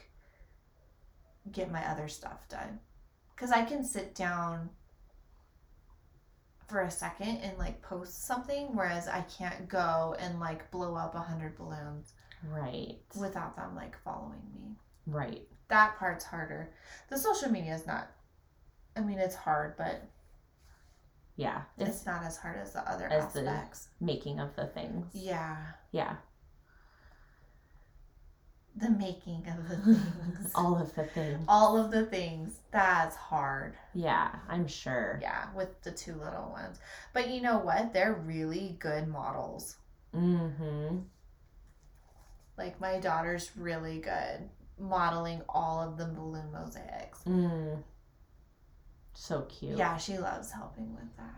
S2: get my other stuff done. Cause I can sit down for a second and like post something, whereas I can't go and like blow up a hundred balloons
S1: Right.
S2: without them like following me.
S1: Right.
S2: That part's harder. The social media is not. I mean, it's hard, but
S1: Yeah.
S2: it's,
S1: It's
S2: not as hard as the other
S1: As the-
S2: aspects.
S1: making of the things.
S2: Yeah,
S1: Yeah.
S2: the making of the things, all,
S1: All of the things.
S2: of the things. That's hard.
S1: Yeah, I'm sure.
S2: Yeah, with the two little ones. But you know what? They're really good models.
S1: Mm-hmm.
S2: Like my daughter's really good modeling all of the balloon mosaics.
S1: Mm. So cute.
S2: Yeah, she loves helping with that.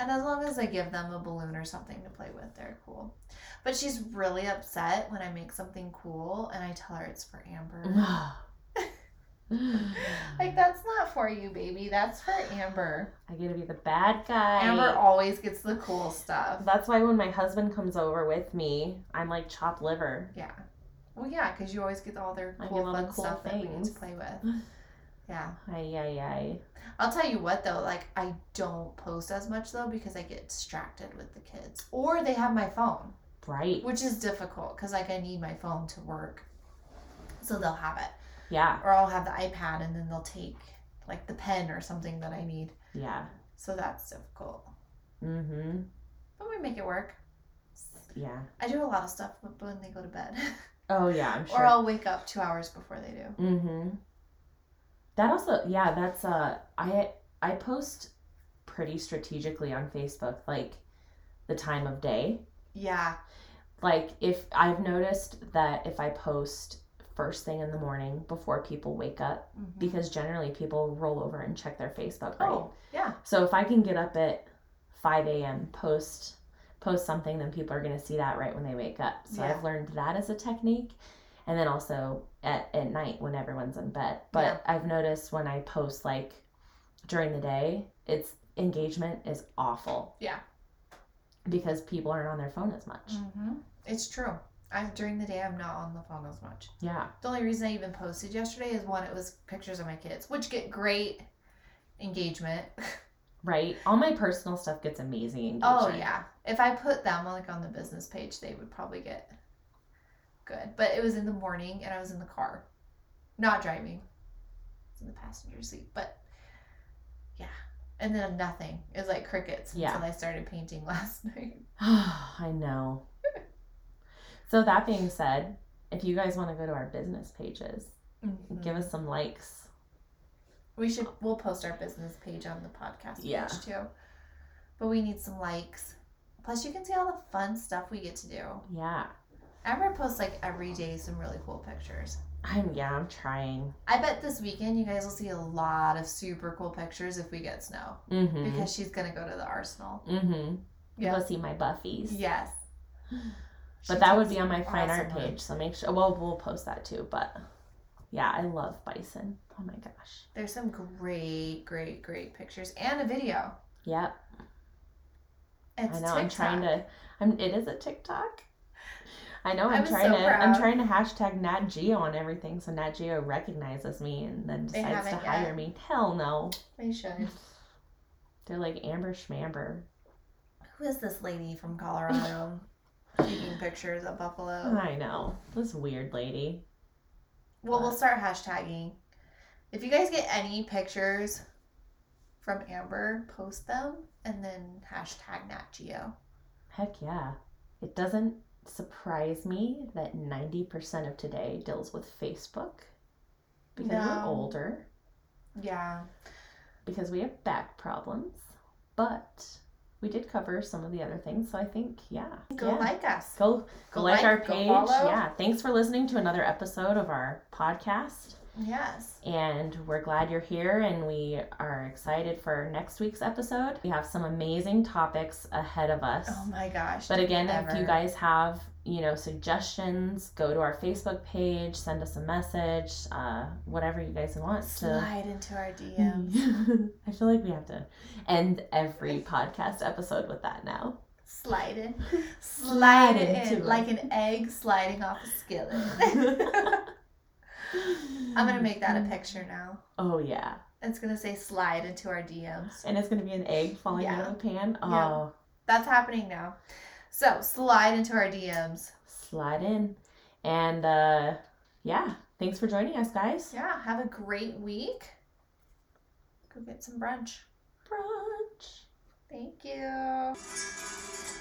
S2: And as long as I give them a balloon or something to play with, they're cool. But she's really upset when I make something cool and I tell her it's for
S1: [SIGHS]
S2: Amber. like, that's not for you, baby. That's for Amber.
S1: I get to be the bad guy.
S2: Amber always gets the cool stuff.
S1: That's why when my husband comes over with me, I'm like chopped liver.
S2: Yeah. Well, yeah, because you always get all their
S1: I
S2: cool,
S1: get all the
S2: fun
S1: cool
S2: stuff that we get
S1: things.
S2: to play with. Yeah.
S1: Ay ay ay.
S2: I'll tell you what, though. Like, I don't post as much, though, because I get distracted with the kids. Or they have my phone.
S1: Right.
S2: which is difficult because like i need my phone to work so they'll have it
S1: Yeah.
S2: or i'll have the ipad and then they'll take like the pen or something that i need
S1: Yeah.
S2: so that's difficult
S1: Mm-hmm.
S2: but we make it work
S1: Yeah.
S2: i do a lot of stuff but when they go to bed [LAUGHS]
S1: Oh yeah, I'm
S2: or
S1: sure.
S2: i'll wake up two hours before they do
S1: Mm-hmm. That also yeah, that's uh I I post pretty strategically on Facebook, like the time of day.
S2: yeah
S1: like if i've noticed that if i post first thing in the morning before people wake up
S2: Mhm.
S1: because generally people roll over and check their facebook right
S2: oh yeah
S1: so if i can get up at 5 a.m post post something then people are going to see that right when they wake up so
S2: Yeah.
S1: i've learned that as a technique and then also at, at night when everyone's in bed but i've noticed when i post like during the day it's engagement is awful
S2: Yeah.
S1: because people aren't on their phone as much
S2: hmm it's true i'm during the day i'm not on the phone as much
S1: yeah
S2: The only reason I even posted yesterday is one, it was pictures of my kids, which get great engagement. [LAUGHS]
S1: Right. All my personal stuff gets amazing engagement.
S2: oh yeah. If I put them like on the business page, they would probably get good. But it was in the morning and I was in the car, not driving. It's in the passenger seat, but yeah. And then nothing. It was like crickets
S1: Yeah.
S2: until I started painting [LAUGHS] last night.
S1: [SIGHS] I know.
S2: [LAUGHS]
S1: so that being said, if you guys want to go to our business pages,
S2: Mm.
S1: give us some likes.
S2: Mm-hmm. We should we'll post our business page on the podcast
S1: Yeah.
S2: page too. But we need some likes. Plus you can see all the fun stuff we get to do.
S1: Yeah.
S2: Amber posts like every day some really cool pictures.
S1: I'm yeah, I'm trying.
S2: I bet this weekend you guys will see a lot of super cool pictures if we get snow.
S1: Mm-hmm.
S2: Because she's gonna go to the Arsenal.
S1: mm-hmm.
S2: Yeah.
S1: Go see my Buffies.
S2: Yes. She
S1: But that would
S2: takes
S1: be on my fine art
S2: awesome
S1: page,
S2: ones.
S1: so make sure. Well, we'll post that too. But yeah, I love bison. Oh my gosh.
S2: There's some great, great, great pictures and a video.
S1: Yep.
S2: It's
S1: I know. I'm trying to. I'm. It is a TikTok. I know. I'm
S2: was
S1: trying
S2: so
S1: to.
S2: proud.
S1: I'm trying to hashtag Nat Geo on everything, so Nat Geo recognizes me and then
S2: They
S1: decides to
S2: haven't
S1: hire
S2: yet.
S1: me. Hell no.
S2: They should.
S1: They're like Amber Schmamber.
S2: Who is this lady from
S1: [LAUGHS]
S2: Colorado taking pictures of Buffalo?
S1: I know. This weird lady.
S2: Well, we'll start hashtagging. If you guys get any pictures from Amber, post them and then hashtag Nat Geo.
S1: Heck yeah. It doesn't surprise me that 90% of today deals with Facebook because
S2: No.
S1: we're older,
S2: Yeah.
S1: because we have back problems, but we did cover some of the other things. So I think, yeah.
S2: Go
S1: yeah.
S2: like us.
S1: Go, go,
S2: Go
S1: like,
S2: like,
S1: our
S2: go
S1: page.
S2: follow.
S1: yeah. Thanks for listening to another episode of our podcast.
S2: Yes.
S1: And we're glad you're here and we are excited for next week's episode. We have some amazing topics ahead of us.
S2: Oh my gosh.
S1: But
S2: do
S1: again, if
S2: ever.
S1: you guys have you know suggestions, go to our Facebook page, send us a message, uh, whatever you guys want. [LAUGHS] To Mm-hmm.
S2: slide into our DMs.
S1: I feel like we have to end every podcast episode with that
S2: [LAUGHS]
S1: now.
S2: Slide in.
S1: Slide
S2: Slide it
S1: into
S2: in
S1: it.
S2: like an egg sliding off a skillet. [LAUGHS] I'm gonna make that
S1: Mm-hmm. [LAUGHS]
S2: a picture now.
S1: Oh yeah,
S2: It's gonna say slide into our DMs.
S1: and it's gonna be an egg falling out
S2: Yeah.
S1: of the pan. Oh,
S2: Yeah. That's happening now. So slide into our DMs.
S1: slide in, and uh, yeah, thanks for joining us, guys.
S2: Yeah, have a great week. Go get some brunch.
S1: Brunch.
S2: Thank you.